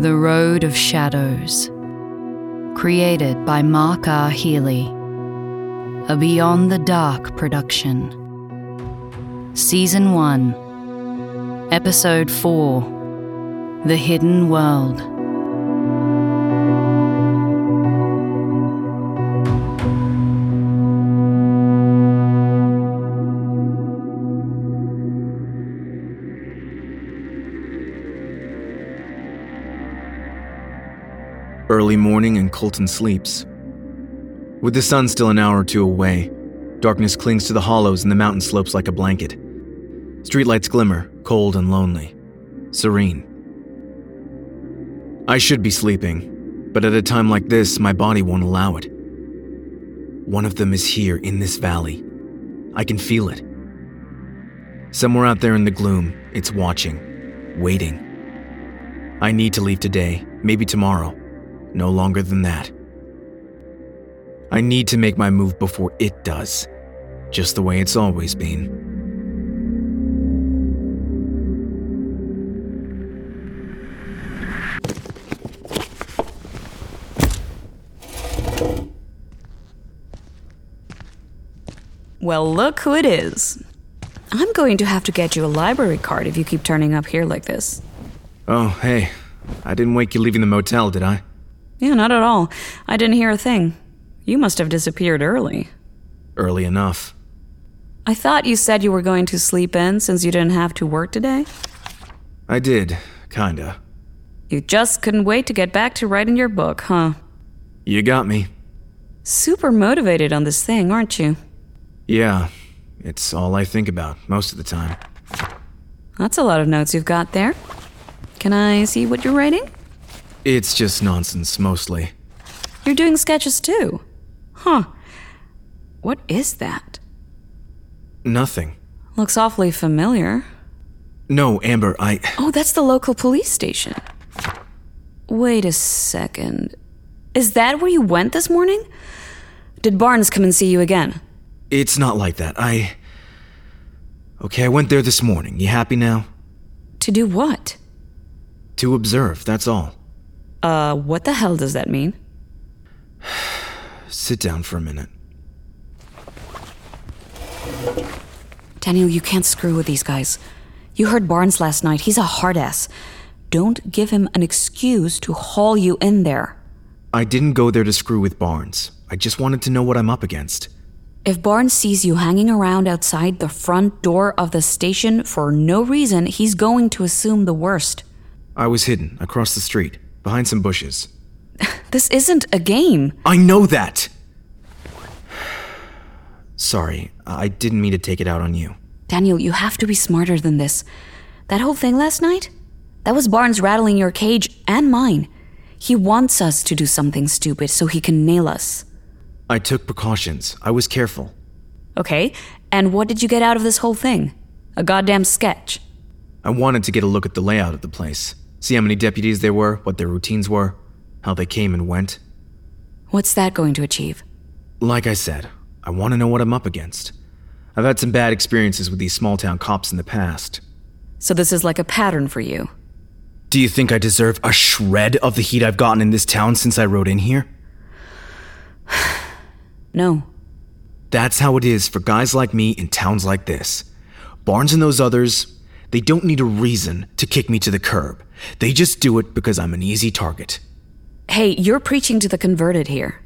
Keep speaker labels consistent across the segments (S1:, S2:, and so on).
S1: The Road of Shadows. Created by Mark R. Healy. A Beyond the Dark production. Season 1. Episode 4. The Hidden World.
S2: Early morning and Colton sleeps. With the sun still an hour or two away, darkness clings to the hollows and the mountain slopes like a blanket. Streetlights glimmer, cold and lonely, serene. I should be sleeping, but at a time like this, my body won't allow it. One of them is here in this valley. I can feel it. Somewhere out there in the gloom, it's watching, waiting. I need to leave today, maybe tomorrow, no longer than that. I need to make my move before it does, just the way it's always been.
S3: Well, look who it is. I'm going to have to get you a library card if you keep turning up here like this.
S2: Oh, hey, I didn't wake you leaving the motel, did I?
S3: Yeah, not at all. I didn't hear a thing. You must have disappeared early.
S2: Early enough.
S3: I thought you said you were going to sleep in since you didn't have to work today.
S2: I did, kinda.
S3: You just couldn't wait to get back to writing your book, huh?
S2: You got me.
S3: Super motivated on this thing, aren't you?
S2: Yeah, it's all I think about most of the time.
S3: That's a lot of notes you've got there. Can I see what you're writing?
S2: It's just nonsense mostly.
S3: You're doing sketches too. Huh. What is that?
S2: Nothing.
S3: Looks awfully familiar.
S2: No, Amber, I.
S3: Oh, that's the local police station. Wait a second. Is that where you went this morning? Did Barnes come and see you again?
S2: It's not like that. I. Okay, I went there this morning. You happy now?
S3: To do what?
S2: To observe, that's all.
S3: Uh, what the hell does that mean?
S2: Sit down for a minute.
S3: Daniel, you can't screw with these guys. You heard Barnes last night. He's a hard ass. Don't give him an excuse to haul you in there.
S2: I didn't go there to screw with Barnes. I just wanted to know what I'm up against.
S3: If Barnes sees you hanging around outside the front door of the station for no reason, he's going to assume the worst.
S2: I was hidden across the street, behind some bushes.
S3: This isn't a game.
S2: I know that! Sorry, I didn't mean to take it out on you.
S3: Daniel, you have to be smarter than this. That whole thing last night? That was Barnes rattling your cage and mine. He wants us to do something stupid so he can nail us.
S2: I took precautions. I was careful.
S3: Okay, and what did you get out of this whole thing? A goddamn sketch.
S2: I wanted to get a look at the layout of the place, see how many deputies there were, what their routines were, how they came and went.
S3: What's that going to achieve?
S2: Like I said, I want to know what I'm up against. I've had some bad experiences with these small town cops in the past.
S3: So this is like a pattern for you.
S2: Do you think I deserve a shred of the heat I've gotten in this town since I rode in here?
S3: No.
S2: That's how it is for guys like me in towns like this. Barnes and those others, they don't need a reason to kick me to the curb. They just do it because I'm an easy target.
S3: Hey, you're preaching to the converted here.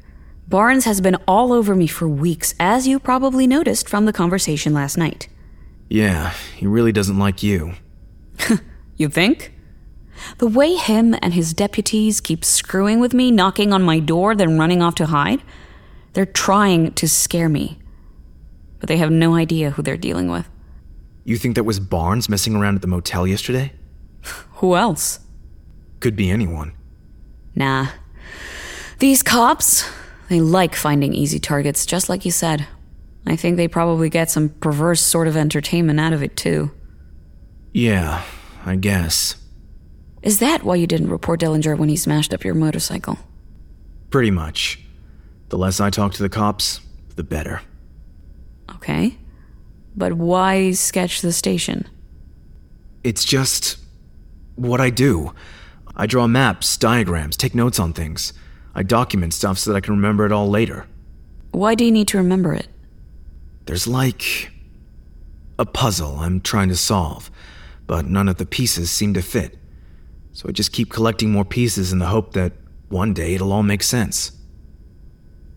S3: Barnes has been all over me for weeks, as you probably noticed from the conversation last night.
S2: Yeah, he really doesn't like you.
S3: You think? The way him and his deputies keep screwing with me, knocking on my door, then running off to hide, they're trying to scare me. But they have no idea who they're dealing with.
S2: You think that was Barnes messing around at the motel yesterday?
S3: Who else?
S2: Could be anyone.
S3: Nah. These cops, they like finding easy targets, just like you said. I think they probably get some perverse sort of entertainment out of it, too.
S2: Yeah, I guess.
S3: Is that why you didn't report Dillinger when he smashed up your motorcycle?
S2: Pretty much. The less I talk to the cops, the better.
S3: Okay. But why sketch the station?
S2: It's just what I do. I draw maps, diagrams, take notes on things. I document stuff so that I can remember it all later.
S3: Why do you need to remember it?
S2: There's like a puzzle I'm trying to solve, but none of the pieces seem to fit. So I just keep collecting more pieces in the hope that one day it'll all make sense.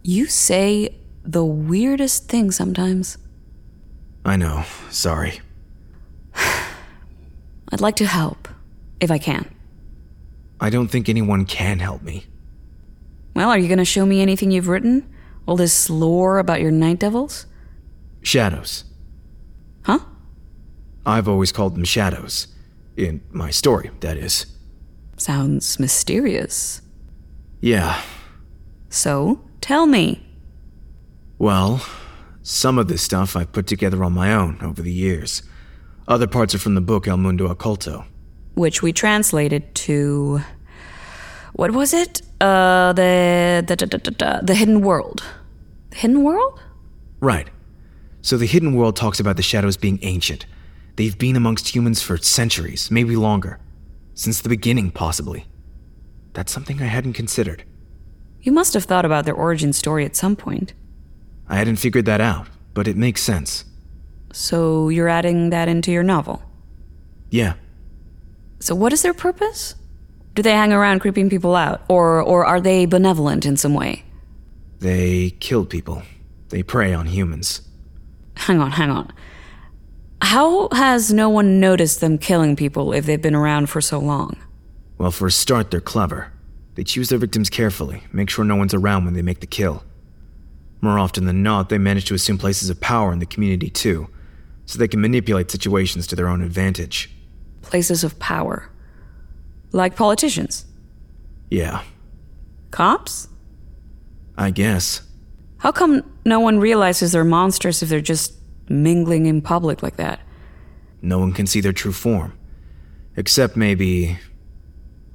S3: You say the weirdest thing sometimes.
S2: I know, sorry.
S3: I'd like to help, if I can.
S2: I don't think anyone can help me.
S3: Well, are you going to show me anything you've written? All this lore about your night devils?
S2: Shadows.
S3: Huh?
S2: I've always called them shadows. In my story, that is.
S3: Sounds mysterious.
S2: Yeah,
S3: So, tell me.
S2: Well, some of this stuff I've put together on my own over the years. Other parts are from the book El Mundo Occulto.
S3: Which we translated to. What was it? Uh, the. The, da, da, da, da, the Hidden World. The Hidden World?
S2: Right. So the hidden world talks about the shadows being ancient. They've been amongst humans for centuries, maybe longer. Since the beginning, possibly. That's something I hadn't considered.
S3: You must have thought about their origin story at some point.
S2: I hadn't figured that out, but it makes sense.
S3: So, you're adding that into your novel.
S2: Yeah.
S3: So, what is their purpose? Do they hang around creeping people out, or, or are they benevolent in some way?
S2: They kill people. They prey on humans.
S3: Hang on, hang on. How has no one noticed them killing people if they've been around for so long?
S2: Well, for a start, they're clever. They choose their victims carefully, make sure no one's around when they make the kill. More often than not, they manage to assume places of power in the community too, so they can manipulate situations to their own advantage.
S3: Places of power. Like politicians?
S2: Yeah,
S3: Cops?
S2: I guess.
S3: How come no one realizes they're monsters if they're just mingling in public like that?
S2: No one can see their true form. Except maybe.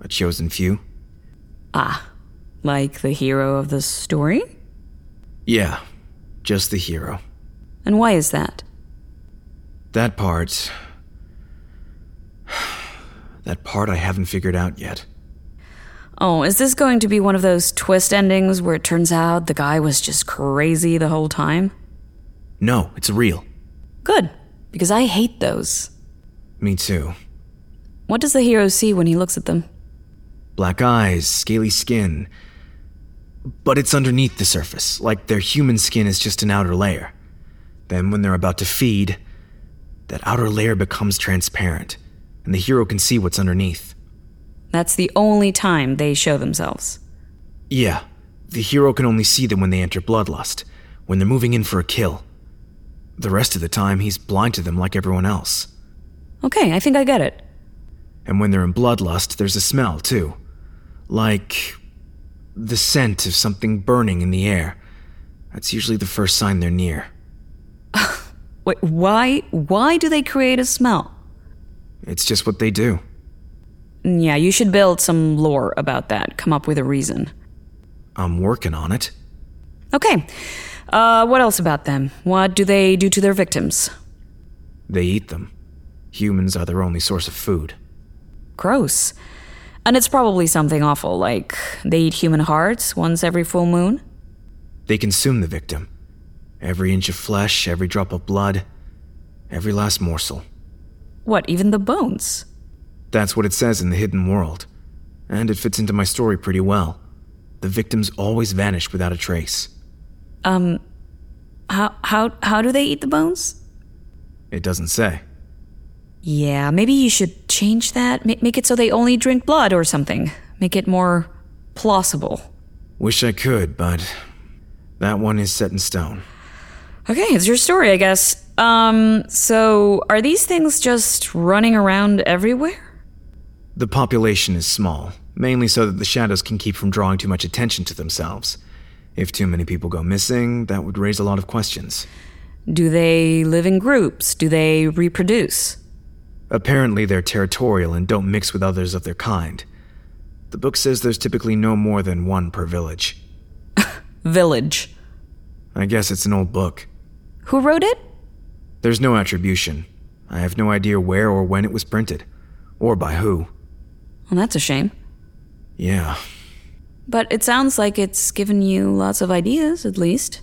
S2: a chosen few?
S3: Ah, Like the hero of the story?
S2: Yeah, just the hero.
S3: And why is that?
S2: That part. that part I haven't figured out yet.
S3: Oh, is this going to be one of those twist endings where it turns out the guy was just crazy the whole time?
S2: No, it's real.
S3: Good, because I hate those.
S2: Me too.
S3: What does the hero see when he looks at them?
S2: black eyes, scaly skin. But it's underneath the surface, like their human skin is just an outer layer. Then, when they're about to feed, that outer layer becomes transparent, and the hero can see what's underneath.
S3: That's the only time they show themselves.
S2: Yeah, the hero can only see them when they enter Bloodlust, when they're moving in for a kill. The rest of the time, he's blind to them like everyone else.
S3: Okay, I think I get it.
S2: And when they're in bloodlust, there's a smell, too. Like the scent of something burning in the air. That's usually the first sign they're near.
S3: Wait, why? Why do they create a smell?
S2: It's just what they do.
S3: Yeah, you should build some lore about that. Come up with a reason.
S2: I'm working on it.
S3: Okay. Uh, what else about them? What do they do to their victims?
S2: They eat them. Humans are their only source of food.
S3: Gross. And it's probably something awful, like they eat human hearts once every full moon.
S2: They consume the victim. Every inch of flesh, every drop of blood, every last morsel.
S3: What, even the bones?
S2: That's what it says in The Hidden World. And it fits into my story pretty well. The victims always vanish without a trace.
S3: Um, how, how, how do they eat the bones?
S2: It doesn't say.
S3: Yeah, maybe you should change that. Ma- make it so they only drink blood or something. Make it more plausible.
S2: Wish I could, but that one is set in stone.
S3: Okay, it's your story, I guess. Um, so are these things just running around everywhere?
S2: The population is small, mainly so that the shadows can keep from drawing too much attention to themselves. If too many people go missing, that would raise a lot of questions.
S3: Do they live in groups? Do they reproduce?
S2: Apparently, they're territorial and don't mix with others of their kind. The book says there's typically no more than one per village.
S3: Village.
S2: I guess it's an old book.
S3: Who wrote it?
S2: There's no attribution. I have no idea where or when it was printed, or by who.
S3: Well, that's a shame.
S2: Yeah,
S3: But it sounds like it's given you lots of ideas, at least.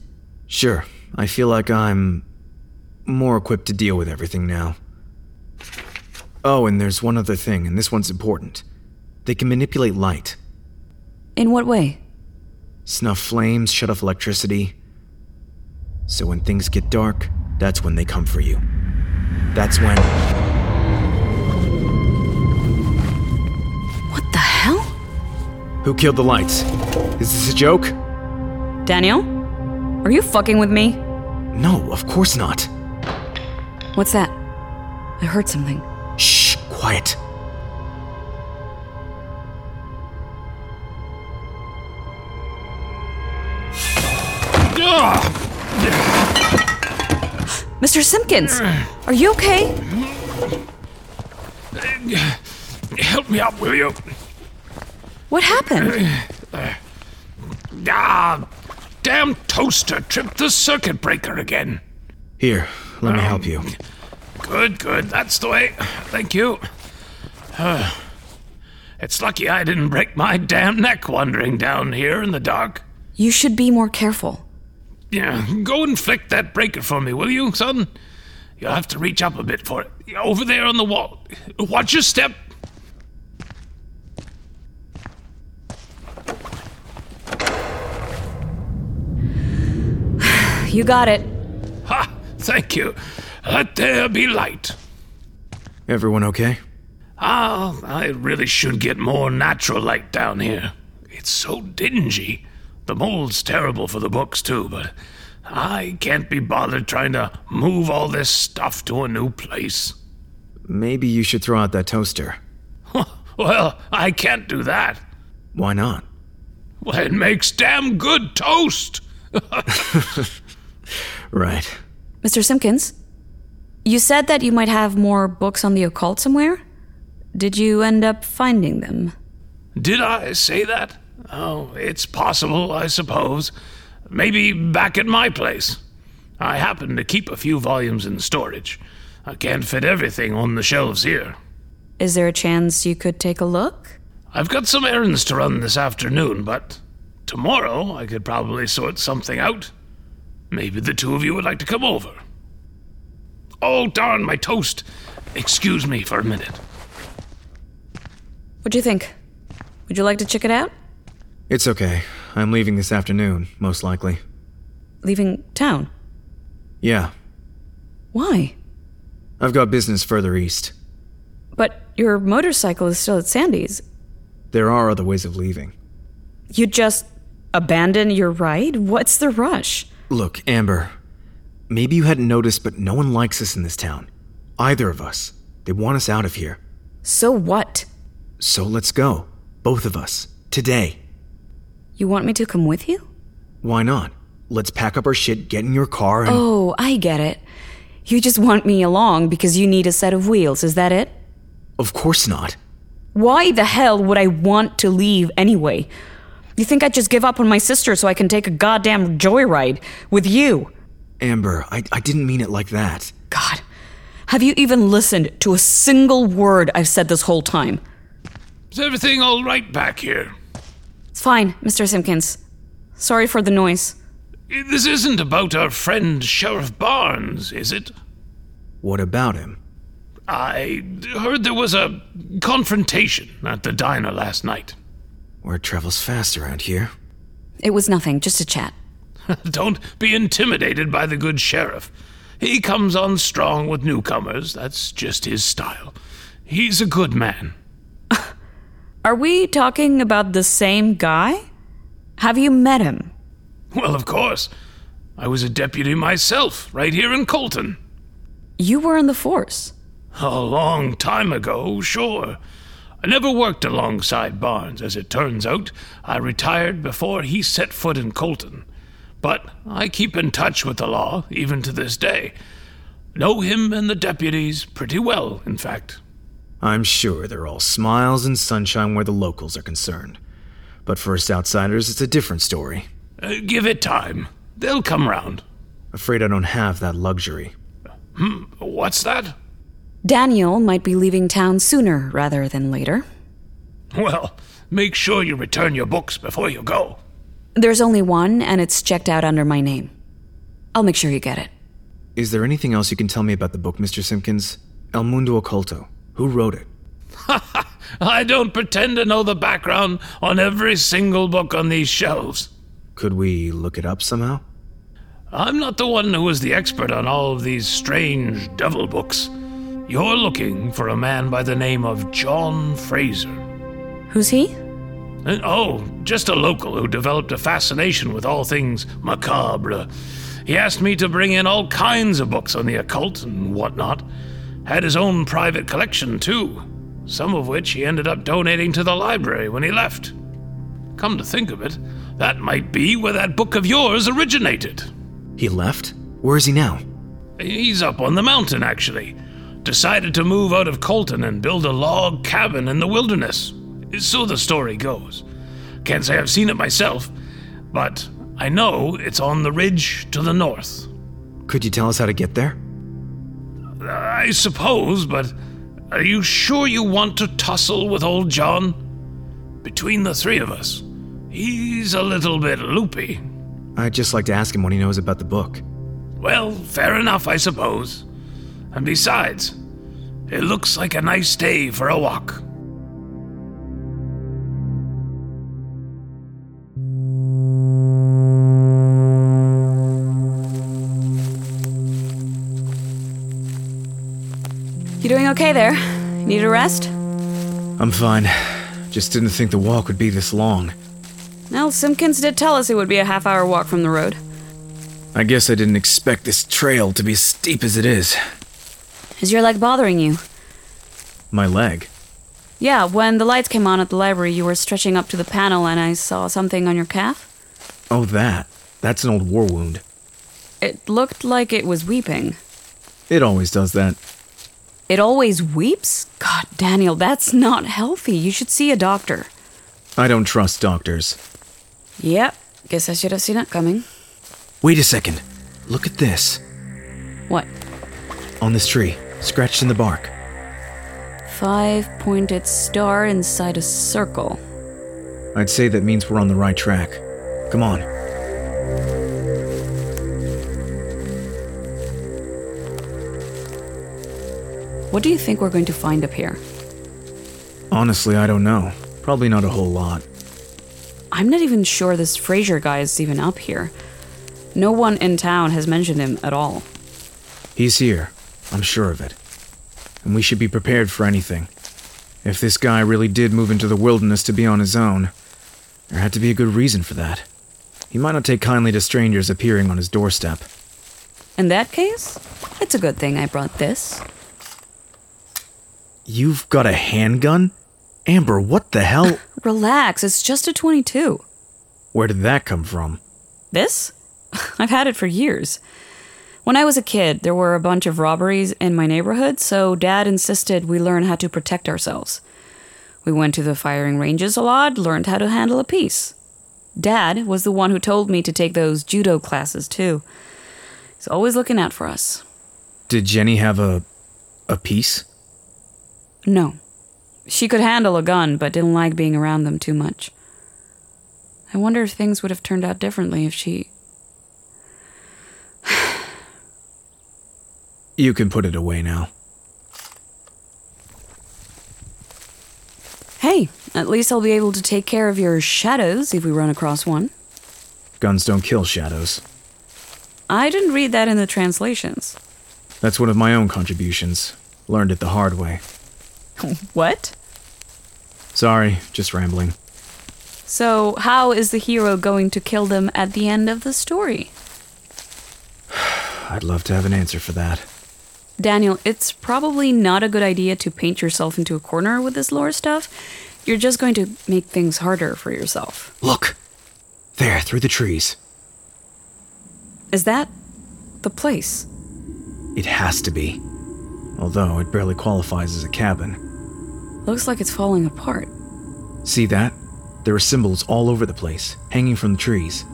S2: sure. I feel like I'm more equipped to deal with everything now. Oh, and there's one other thing, and this one's important. They can manipulate light,
S3: In what way?
S2: snuff flames, shut off electricity. So when things get dark, that's when they come for you. That's when.
S3: What the hell?
S2: Who killed the lights? Is this a joke?
S3: Daniel? Are you fucking with me?
S2: No, of course not.
S3: What's that? I heard something.
S2: Shh, quiet.
S3: Mr. Simpkins! Are you okay?
S4: Help me up, will you?
S3: What happened?
S4: Ah, damn toaster tripped the circuit breaker again.
S2: Here, let me help you.
S4: Good, good. That's the way. Thank you. Uh, it's lucky I didn't break my damn neck wandering down here in the dark.
S3: You should be more careful.
S4: Yeah, go and flick that breaker for me, will you, son? You'll have to reach up a bit for it. Yeah, Over there on the wall. Watch your step.
S3: You got it.
S4: Ha! Thank you. Let there be light.
S2: Everyone okay?
S4: Ah, I really should get more natural light down here. It's so dingy. The mold's terrible for the books, too, but I can't be bothered trying to move all this stuff to a new place.
S2: Maybe you should throw out that toaster.
S4: well, I can't do that.
S2: Why not?
S4: Well, it makes damn good toast.
S2: Right.
S3: Mr. Simpkins? You said that you might have more books on the occult somewhere? Did you end up finding them?
S4: Did I say that? Oh, it's possible, I suppose. Maybe back at my place. I happen to keep a few volumes in storage. I can't fit everything on the shelves here.
S3: Is there a chance you could take a look?
S4: I've got some errands to run this afternoon, but tomorrow I could probably sort something out. Maybe the two of you would like to come over. Oh, darn, my toast! Excuse me for a minute.
S3: What do you think? Would you like to check it out?
S2: It's okay. I'm leaving this afternoon, most likely.
S3: Leaving town?
S2: Yeah,
S3: Why?
S2: I've got business further east.
S3: But your motorcycle is still at Sandy's.
S2: There are other ways of leaving.
S3: You just abandon your ride? What's the rush?
S2: Look, Amber, maybe you hadn't noticed, but no one likes us in this town. Either of us. They want us out of here.
S3: So what?
S2: So let's go. Both of us. Today.
S3: You want me to come with you?
S2: Why not? Let's pack up our shit, get in your car, and.
S3: Oh, I get it. You just want me along because you need a set of wheels, is that it?
S2: Of course not.
S3: Why the hell would I want to leave anyway? You think I'd just give up on my sister so I can take a goddamn joyride with you?
S2: Amber, I, I didn't mean it like that.
S3: God, have you even listened to a single word I've said this whole time?
S4: Is everything all right back here?
S3: It's fine, Mr. Simpkins. Sorry for the noise.
S4: This isn't about our friend Sheriff Barnes, is it?
S2: What about him?
S4: I heard there was a confrontation at the diner last night.
S2: Word travels fast around here.
S3: It was nothing, just a chat.
S4: Don't be intimidated by the good sheriff. He comes on strong with newcomers. That's just his style. He's a good man.
S3: Are we talking about the same guy? Have you met him?
S4: Well, of course. I was a deputy myself, right here in Colton.
S3: You were in the force.
S4: A long time ago, sure. I never worked alongside Barnes, as it turns out. I retired before he set foot in Colton. But I keep in touch with the law, even to this day. Know him and the deputies pretty well, in fact.
S2: I'm sure they're all smiles and sunshine where the locals are concerned. But for us outsiders, it's a different story.
S4: Uh, give it time. They'll come round.
S2: Afraid I don't have that luxury.
S4: Hmm, what's that?
S3: Daniel might be leaving town sooner rather than later.
S4: Well, make sure you return your books before you go.
S3: There's only one, and it's checked out under my name. I'll make sure you get it.
S2: Is there anything else you can tell me about the book, Mr. Simpkins? El Mundo Oculto. Who wrote it?
S4: I don't pretend to know the background on every single book on these shelves.
S2: Could we look it up somehow?
S4: I'm not the one who is the expert on all of these strange devil books. You're looking for a man by the name of John Fraser.
S3: Who's he?
S4: Uh, Oh, just a local who developed a fascination with all things macabre. He asked me to bring in all kinds of books on the occult and whatnot. Had his own private collection, too, some of which he ended up donating to the library when he left. Come to think of it, that might be where that book of yours originated.
S2: He left? Where is he now?
S4: He's up on the mountain, actually. Decided to move out of Colton and build a log cabin in the wilderness. So the story goes. Can't say I've seen it myself, but I know it's on the ridge to the north.
S2: Could you tell us how to get there?
S4: I suppose, but are you sure you want to tussle with old John? Between the three of us, he's a little bit loopy.
S2: I'd just like to ask him what he knows about the book.
S4: Well, fair enough, I suppose. And besides, it looks like a nice day for a walk.
S3: You doing okay there? Need a rest?
S2: I'm fine. Just didn't think the walk would be this long.
S3: Well, Simpkins did tell us it would be a half hour walk from the road.
S2: I guess I didn't expect this trail to be as steep as it is.
S3: Is your leg bothering you?
S2: My leg.
S3: Yeah, when the lights came on at the library, you were stretching up to the panel and I saw something on your calf.
S2: Oh, that. That's an old war wound.
S3: It looked like it was weeping.
S2: It always does that.
S3: It always weeps? God, Daniel, that's not healthy. You should see a doctor.
S2: I don't trust doctors.
S3: Yep, guess I should have seen it coming.
S2: Wait a second. Look at this.
S3: What?
S2: On this tree, scratched in the bark.
S3: Five pointed star inside a circle.
S2: I'd say that means we're on the right track. Come on.
S3: What do you think we're going to find up here?
S2: Honestly, I don't know. Probably not a whole lot.
S3: I'm not even sure this Fraser guy is even up here. No one in town has mentioned him at all.
S2: He's here. I'm sure of it. And we should be prepared for anything. If this guy really did move into the wilderness to be on his own, there had to be a good reason for that. He might not take kindly to strangers appearing on his doorstep.
S3: In that case, it's a good thing I brought this.
S2: You've got a handgun? Amber, what the hell?
S3: Relax, it's just a 22.
S2: Where did that come from?
S3: This? I've had it for years. When I was a kid, there were a bunch of robberies in my neighborhood, so dad insisted we learn how to protect ourselves. We went to the firing ranges a lot, learned how to handle a piece. Dad was the one who told me to take those judo classes too. He's always looking out for us.
S2: Did Jenny have a a piece?
S3: No. She could handle a gun, but didn't like being around them too much. I wonder if things would have turned out differently if she.
S2: You can put it away now.
S3: Hey, at least I'll be able to take care of your shadows if we run across one.
S2: Guns don't kill shadows.
S3: I didn't read that in the translations.
S2: That's one of my own contributions. Learned it the hard way.
S3: What?
S2: Sorry, just rambling.
S3: So, how is the hero going to kill them at the end of the story?
S2: I'd love to have an answer for that.
S3: Daniel, it's probably not a good idea to paint yourself into a corner with this lore stuff. You're just going to make things harder for yourself.
S2: Look! There, through the trees.
S3: Is that the place?
S2: It has to be. Although it barely qualifies as a cabin.
S3: Looks like it's falling apart.
S2: See that? There are symbols all over the place, hanging from the trees.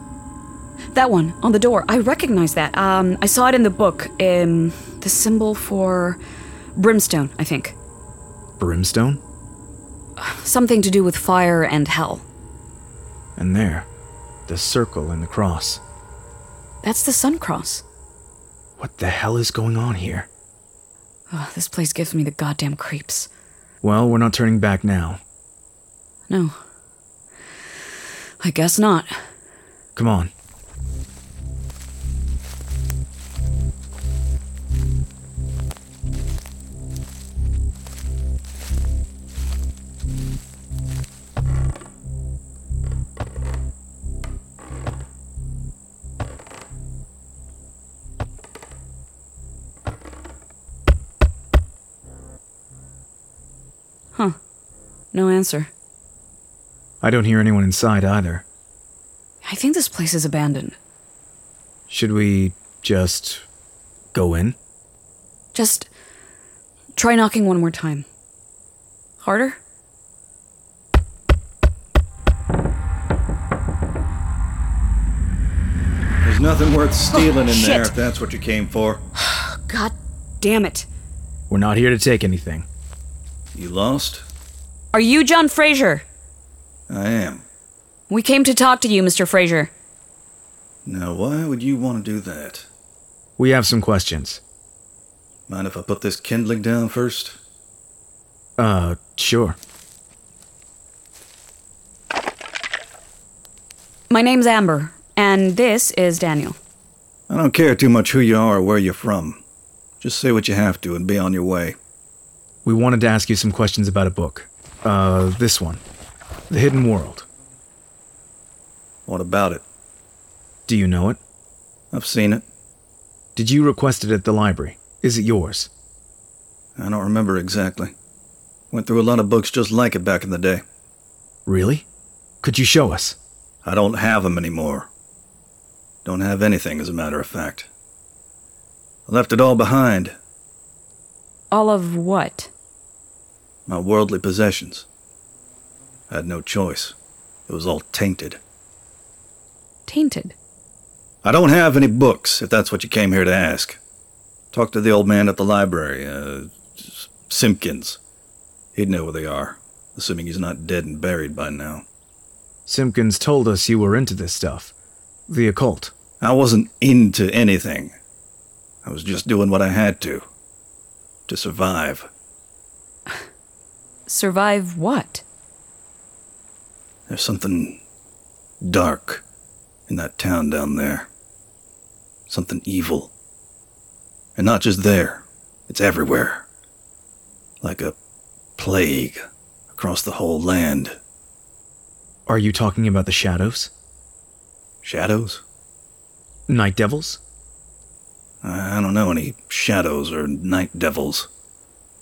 S3: That one on the door. I recognize that. Um, I saw it in the book. Um, the symbol for brimstone, I think.
S2: Brimstone?
S3: Something to do with fire and hell.
S2: And there, the circle and the cross.
S3: That's the sun cross.
S2: What the hell is going on here?
S3: Ugh, this place gives me the goddamn creeps.
S2: Well, we're not turning back now.
S3: No. I guess not.
S2: Come on.
S3: Huh. No answer.
S2: I don't hear anyone inside either.
S3: I think this place is abandoned.
S2: Should we just go in?
S3: Just try knocking one more time. Harder?
S5: There's nothing worth stealing in there
S3: shit.
S5: if that's what you came for.
S3: God damn it.
S2: We're not here to take anything.
S5: You lost?
S3: Are you John Fraser?
S5: I am.
S3: We came to talk to you, Mr. Fraser.
S5: Now, why would you want to do that?
S2: We have some questions.
S5: Mind if I put this kindling down first?
S2: Uh, sure.
S3: My name's Amber, and this is Daniel.
S5: I don't care too much who you are or where you're from. Just say what you have to and be on your way.
S2: We wanted to ask you some questions about a book. Uh, this one The Hidden World.
S5: What about it?
S2: Do you know it?
S5: I've seen it.
S2: Did you request it at the library? Is it yours?
S5: I don't remember exactly. Went through a lot of books just like it back in the day.
S2: Really? Could you show us?
S5: I don't have 'em anymore. Don't have anything, as a matter of fact. I left it all behind
S3: All of what?
S5: my worldly possessions. I had no choice. It was all tainted.
S3: Tainted.
S5: I don't have any books, if that's what you came here to ask. Talk to the old man at the library, uh, S- Simpkins. He'd know where they are, assuming he's not dead and buried by now.
S2: Simpkins told us you were into this stuff the occult.
S5: I wasn't into anything. I was just doing what I had to. To survive.
S3: Survive what?
S5: There's something dark in that town down there. Something evil. And not just there, it's everywhere. Like a plague across the whole land.
S2: Are you talking about the shadows?
S5: Shadows?
S2: Night devils?
S5: I I don't know any shadows or night devils.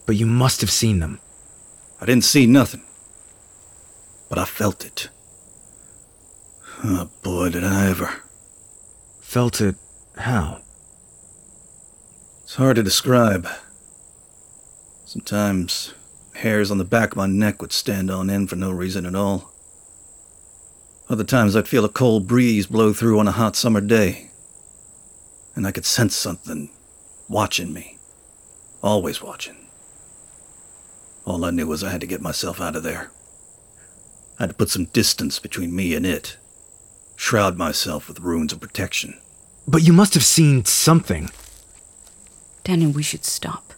S2: But you must have seen them.
S5: I didn't see nothing. But I felt it. Oh boy, did I ever.
S2: Felt it how?
S5: It's hard to describe. Sometimes hairs on the back of my neck would stand on end for no reason at all. Other times I'd feel a cold breeze blow through on a hot summer day, and I could sense something watching me, always watching. All I knew was I had to get myself out of there. I had to put some distance between me and it, shroud myself with runes of protection.
S2: But you must have seen something.
S3: Daniel, we should stop.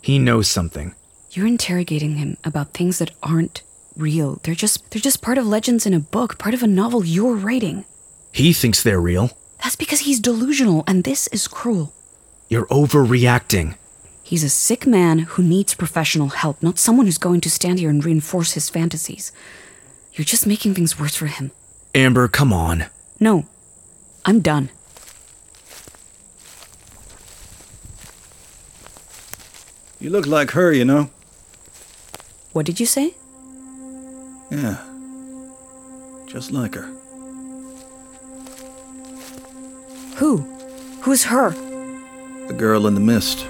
S2: He knows something.
S3: You're interrogating him about things that aren't real. They're just they're just part of legends in a book, part of a novel you're writing.
S2: He thinks they're real.
S3: That's because he's delusional and this is cruel.
S2: You're overreacting.
S3: He's a sick man who needs professional help, not someone who's going to stand here and reinforce his fantasies. You're just making things worse for him.
S2: Amber, come on.
S3: No. I'm done.
S5: You look like her, you know?
S3: What did you say?
S5: Yeah. Just like her.
S3: Who? Who's her?
S5: The girl in the mist.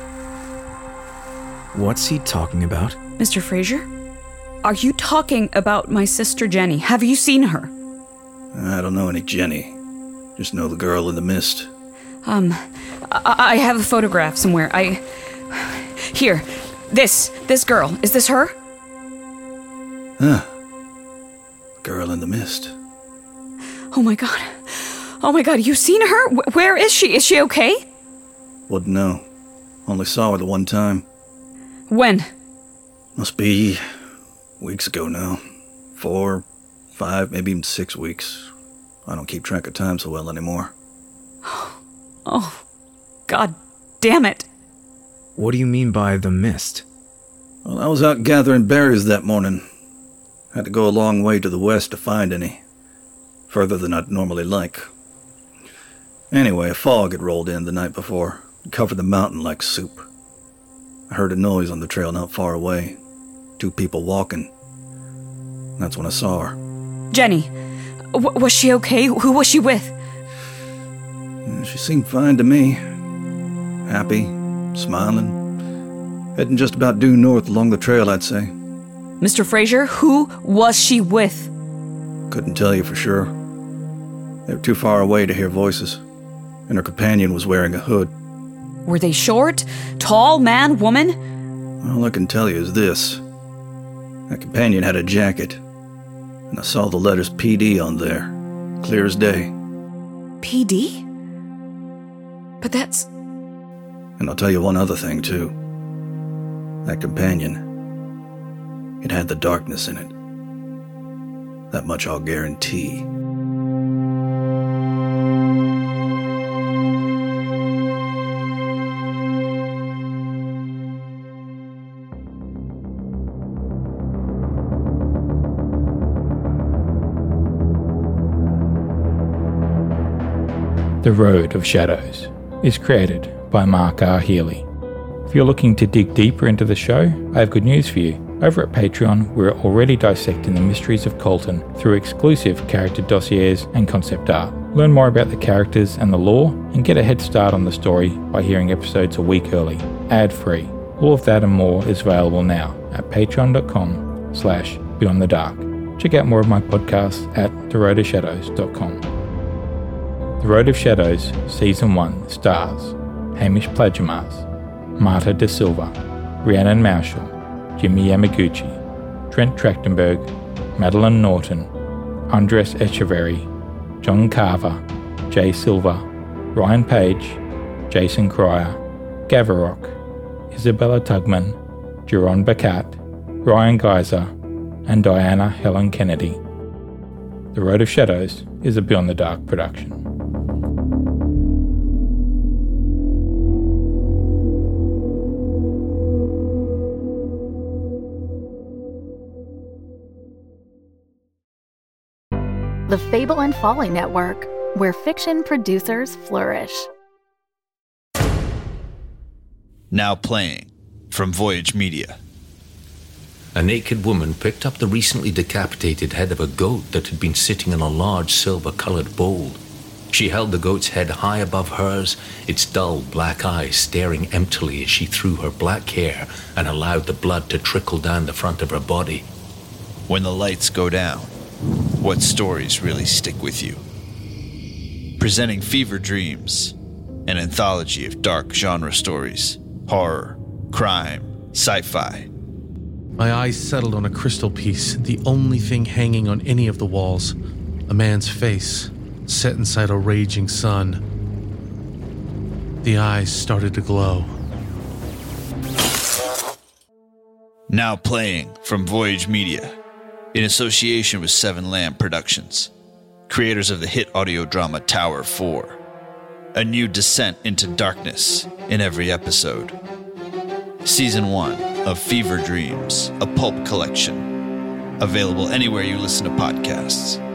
S2: What's he talking about?
S3: Mr. Fraser? Are you talking about my sister Jenny? Have you seen her?
S5: I don't know any Jenny. Just know the girl in the mist.
S3: Um, I, I have a photograph somewhere. I. Here. This. This girl. Is this her?
S5: Huh. Girl in the mist.
S3: Oh my god. Oh my god, you've seen her? Wh- where is she? Is she okay?
S5: Wouldn't know. Only saw her the one time.
S3: When?
S5: Must be weeks ago now. Four, five, maybe even six weeks. I don't keep track of time so well anymore.
S3: Oh, god damn it.
S2: What do you mean by the mist?
S5: Well, I was out gathering berries that morning. Had to go a long way to the west to find any. Further than I'd normally like. Anyway, a fog had rolled in the night before, and covered the mountain like soup. I heard a noise on the trail not far away. Two people walking. That's when I saw her.
S3: Jenny. W- was she okay? Who was she with?
S5: And She seemed fine to me. Happy, smiling. Heading just about due north along the trail, I'd say.
S3: Mr. Fraser, who was she with?
S5: Couldn't tell you for sure. They were too far away to hear voices, and her companion was wearing a hood.
S3: Were they short, tall, man, woman?
S5: All I can tell you is this. My companion had a jacket, and I saw the letters PD on there, clear as day.
S3: PD? But that's.
S5: And I'll tell you one other thing, too. That companion, it had the darkness in it. That much I'll guarantee.
S4: The Road of Shadows is created by Mark R. Healy. If you're looking to dig deeper into the show, I have good news for you. Over at Patreon, we're already dissecting the mysteries of Colton through exclusive character dossiers and concept art. Learn more about the characters and the lore, and get a head start on the story by hearing episodes a week early, ad-free. All of that and more is available now at patreon.com slash beyond the dark. Check out more of my podcasts at theroadofshadows.com. The Road of Shadows, Season 1, stars Hamish Plagiamas, Marta De Silva, Rhiannon Marshall, Jimmy Yamaguchi, Trent Trachtenberg, Madeline Norton, Andres Echeverry, John Carver, Jay Silva, Ryan Page, Jason Cryer, Gavarock, Isabella Tugman, Jerron Bacat, Ryan Geyser, and Diana Helen Kennedy. The Road of Shadows is a Beyond the Dark production.
S6: The Fable and Folly Network, where fiction producers flourish.
S7: Now playing from Voyage Media.
S8: A naked woman picked up the recently decapitated head of a goat that had been sitting in a large silver colored bowl.
S3: She held the goat's head high above hers, its dull black eyes staring emptily as she threw her black hair and allowed the blood to trickle down the front of her body.
S4: When the lights go down, what stories really stick with you? Presenting Fever Dreams, an anthology of dark genre stories horror, crime, sci fi.
S2: My eyes settled on a crystal piece, the only thing hanging on any of the walls a man's face, set inside a raging sun. The eyes started to glow.
S4: Now playing from Voyage Media, in association with Seven Lamb Productions, creators of the hit audio drama Tower 4. A new descent into darkness in every episode. Season 1 of Fever Dreams, a pulp collection. Available anywhere you listen to podcasts.